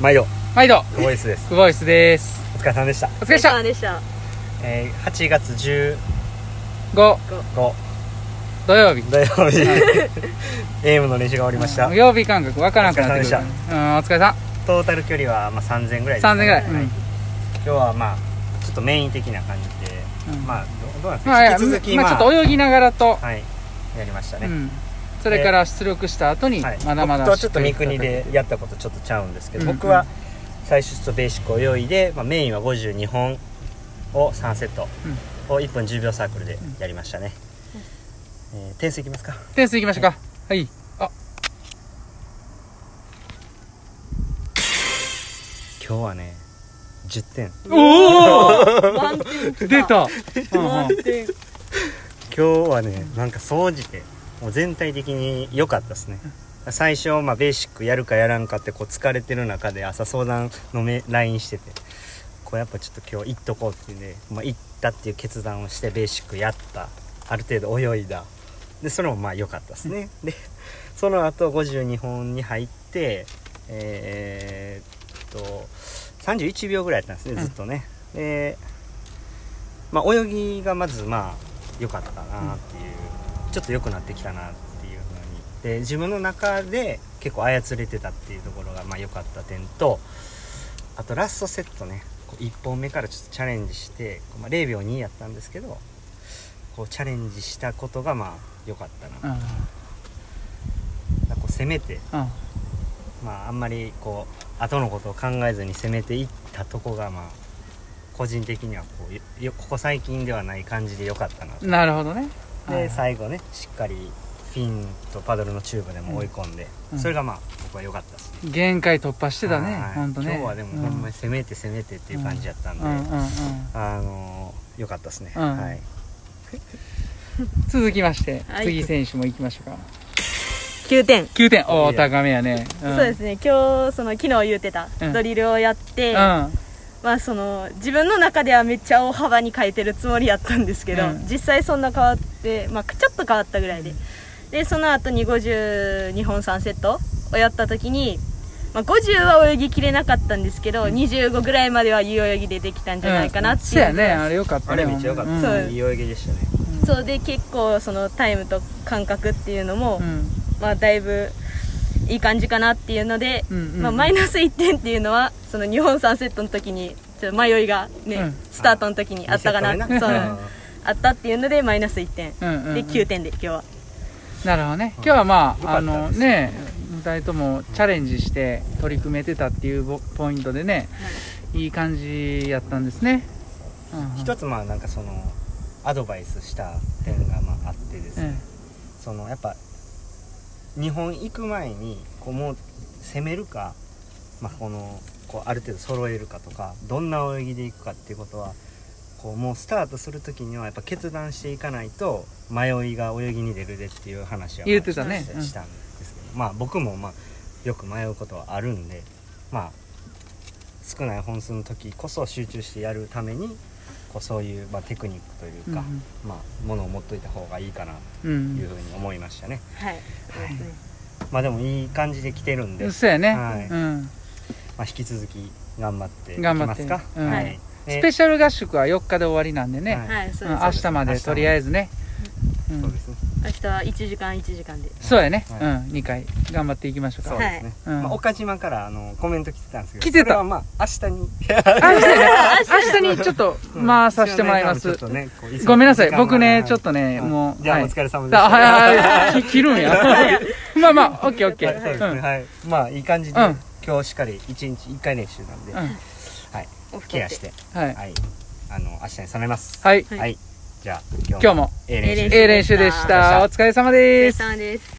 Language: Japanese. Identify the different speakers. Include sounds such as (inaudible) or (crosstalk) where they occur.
Speaker 1: 毎度
Speaker 2: 毎度
Speaker 1: ボイスです
Speaker 2: ウボイスです
Speaker 1: お疲れ様でした、
Speaker 2: お疲れ様でした
Speaker 3: でした
Speaker 1: えー、8月15
Speaker 2: 5土曜日
Speaker 1: 土曜
Speaker 2: (laughs)
Speaker 1: 日エームの練習が終わりました
Speaker 2: 土曜日感覚わからなくなってくる
Speaker 1: お疲れ様
Speaker 2: うんお疲れさん
Speaker 1: トータル距離はまあ3000ぐらいです
Speaker 2: 3000ぐらい
Speaker 1: は
Speaker 2: うん
Speaker 1: 今日はまあちょっとメイン的な感じで、
Speaker 2: うん
Speaker 1: まあどどうなんです
Speaker 2: まあ
Speaker 1: か
Speaker 2: い
Speaker 1: 引
Speaker 2: や
Speaker 1: き続き、
Speaker 2: まあちょっと泳ぎながらと
Speaker 1: はいやりました
Speaker 2: う
Speaker 1: ね、
Speaker 2: んそれから出力した後に
Speaker 1: はい、
Speaker 2: まだま
Speaker 1: 僕
Speaker 2: だ
Speaker 1: とはちょっと三国でやったことちょっとちゃうんですけど、
Speaker 2: うん
Speaker 1: 僕は最初ちょっとベーシック泳いで、まあ、メインは52本を3セットを1分10秒サークルでやりましたね、えー点数いきますか
Speaker 2: 点数いきましょうかはいあ
Speaker 1: 今日はね10点
Speaker 2: お
Speaker 3: 満点
Speaker 2: お出
Speaker 1: (laughs)
Speaker 2: たうんうん
Speaker 3: 満点
Speaker 1: 今日はねなんか総じてもう全体的に良かったですね最初、まあ、ベーシックやるかやらんかってこう疲れてる中で朝相談のめ LINE しててこうやっぱちょっと今日行っとこうっていうんで、まあ、行ったっていう決断をしてベーシックやったある程度泳いだでそれもまあ良かったですねでその後52本に入ってえーっと31秒ぐらいやったんですねずっとね、で、まあ、泳ぎがまずまあ良かったなっていう、ちょっと良くなってきたなっていう風にで自分の中で結構操れてたっていうところがまあ良かった点とあとラストセットねこう1本目からちょっとチャレンジして、こうまあ、0秒2やったんですけどこうチャレンジしたことがまあ良かったな、
Speaker 2: うん
Speaker 1: だからこう攻めて、
Speaker 2: うん
Speaker 1: まあ、あんまりこう後のことを考えずに攻めていったとこがまあ個人的にはこうよよここ最近ではない感じで良かったなと
Speaker 2: なるほどねはいは
Speaker 1: で
Speaker 2: い
Speaker 1: 最後ねしっかりフィンとパドルのチューブでも追い込んで、
Speaker 2: うん
Speaker 1: それがまあ僕は良かったですね
Speaker 2: 限界突破してたね
Speaker 1: はい
Speaker 2: 本当ね
Speaker 1: 今日はでもほんまに攻めて攻めてっていう感じやったんで、
Speaker 2: うんうんうんうん
Speaker 1: あのー良かったですね、
Speaker 2: うん
Speaker 1: はい
Speaker 2: 続きまして
Speaker 3: はい
Speaker 2: 次選手も行きましょうか
Speaker 3: 9点
Speaker 2: 9点おお
Speaker 1: いいや
Speaker 2: 高めやねそ
Speaker 3: そうですね今日その昨日言うてた
Speaker 2: うん
Speaker 3: ドリルをやって、
Speaker 2: うん
Speaker 3: まあその自分の中ではめっちゃ大幅に変えてるつもりやったんですけど、
Speaker 2: うん
Speaker 3: 実際そんな変わってまあちょっと変わったぐらいで、でその後に52本3セットをやった時に、まあ、50は泳ぎきれなかったんですけど、25ぐらいまではいい泳ぎでできたんじゃないかなって
Speaker 2: そ
Speaker 3: いうう、
Speaker 2: やねあれよかったね
Speaker 1: あれめっちゃ良かった、
Speaker 2: うん
Speaker 3: そう
Speaker 1: いい泳ぎでしたね
Speaker 3: そうで結構そのタイムと感覚っていうのも、
Speaker 2: うん
Speaker 3: まあだいぶいい感じかなっていうので、
Speaker 2: うんうん
Speaker 3: まあ、マイナス1点っていうのはその日本3セットの時にちょっと迷いがね、
Speaker 2: うん
Speaker 3: スタートの時にあったかな
Speaker 1: 見せ
Speaker 3: そ
Speaker 1: た
Speaker 3: う
Speaker 1: ね
Speaker 3: (laughs) あったっていうのでマイナス1点、
Speaker 2: うんうんうん
Speaker 3: で9点で今日は
Speaker 2: なるほどね今日はま
Speaker 1: よ
Speaker 2: あ
Speaker 1: かっ
Speaker 2: あ
Speaker 1: た
Speaker 2: の
Speaker 1: です
Speaker 2: ね2人ともチャレンジして取り組めてたっていうボポイントでねいい感じやったんですねうん
Speaker 1: 一つまあなんかそのアドバイスした点がまああってです
Speaker 2: う
Speaker 1: ね、
Speaker 2: ん
Speaker 1: そのやっぱ日本行く前にこうもう攻めるか、まあ、このこうある程度揃えるかとかどんな泳ぎで行くかっていうことはこうもうスタートする時にはやっぱ決断していかないと迷いが泳ぎに出るでっていう話は
Speaker 2: 言ってたね
Speaker 1: まあしたんですけど、まあ僕もまあよく迷うことはあるんでまあ少ない本数の時こそ集中してやるためにこうそういう、まあ、テクニックというか、
Speaker 2: うん
Speaker 1: まあ、ものを持っといた方がいいかな
Speaker 2: う
Speaker 1: というんふうに思いましたね、
Speaker 3: はい、
Speaker 1: まあでもいい感じで来てるんで、ま
Speaker 2: そうやね
Speaker 1: はい
Speaker 2: うん
Speaker 1: あ、引き続き頑張っていき
Speaker 2: 頑張っ
Speaker 1: ま
Speaker 2: て
Speaker 1: すか、
Speaker 2: うん
Speaker 1: はい
Speaker 2: ス
Speaker 1: ね
Speaker 2: ペシャル合宿は4日で終わりなんで
Speaker 1: は
Speaker 2: ね
Speaker 1: い
Speaker 3: はい、そう
Speaker 2: うん
Speaker 3: です、
Speaker 2: 明日までとりあえずねうん
Speaker 1: そうですね
Speaker 3: 明日は1時間1時間で
Speaker 2: そうやね
Speaker 1: はい
Speaker 2: うん2回頑張っていきましょう
Speaker 1: そ
Speaker 2: か
Speaker 1: うですね、
Speaker 2: はいうん
Speaker 1: まあ、岡島からあのコメント来てたんですけど
Speaker 2: 来てた
Speaker 1: それはまあ明日に
Speaker 2: あそうやね明
Speaker 3: (laughs)
Speaker 2: 日にちょっと回させてもらいま
Speaker 1: ちょ
Speaker 2: す
Speaker 1: っとねこう忙し
Speaker 2: ごめんなさい
Speaker 1: 時間が
Speaker 2: 僕ねちょっとね
Speaker 1: はい
Speaker 2: もう
Speaker 1: じゃあ
Speaker 2: は
Speaker 1: お
Speaker 2: い
Speaker 1: 疲れ様でした
Speaker 2: だはいはい (laughs) はいき切るんやまあまあオッケーオッケ
Speaker 1: はいそうですね、
Speaker 2: ー
Speaker 1: はいまあいい感じで、
Speaker 2: うん
Speaker 1: 今日しっかり一日一回練習なんで、
Speaker 2: うんうん
Speaker 1: はい
Speaker 3: お布団
Speaker 1: ケア
Speaker 3: で
Speaker 1: して
Speaker 2: はい
Speaker 1: はいあの明日に備えます
Speaker 2: はい
Speaker 1: はい、じゃあ今
Speaker 2: 今日
Speaker 1: 日も
Speaker 2: も
Speaker 1: ええ
Speaker 3: ええ
Speaker 1: 練習です
Speaker 2: ええ練習で
Speaker 3: 練習
Speaker 2: したお疲れ様
Speaker 3: お疲
Speaker 2: で
Speaker 3: れ
Speaker 2: す
Speaker 3: 様です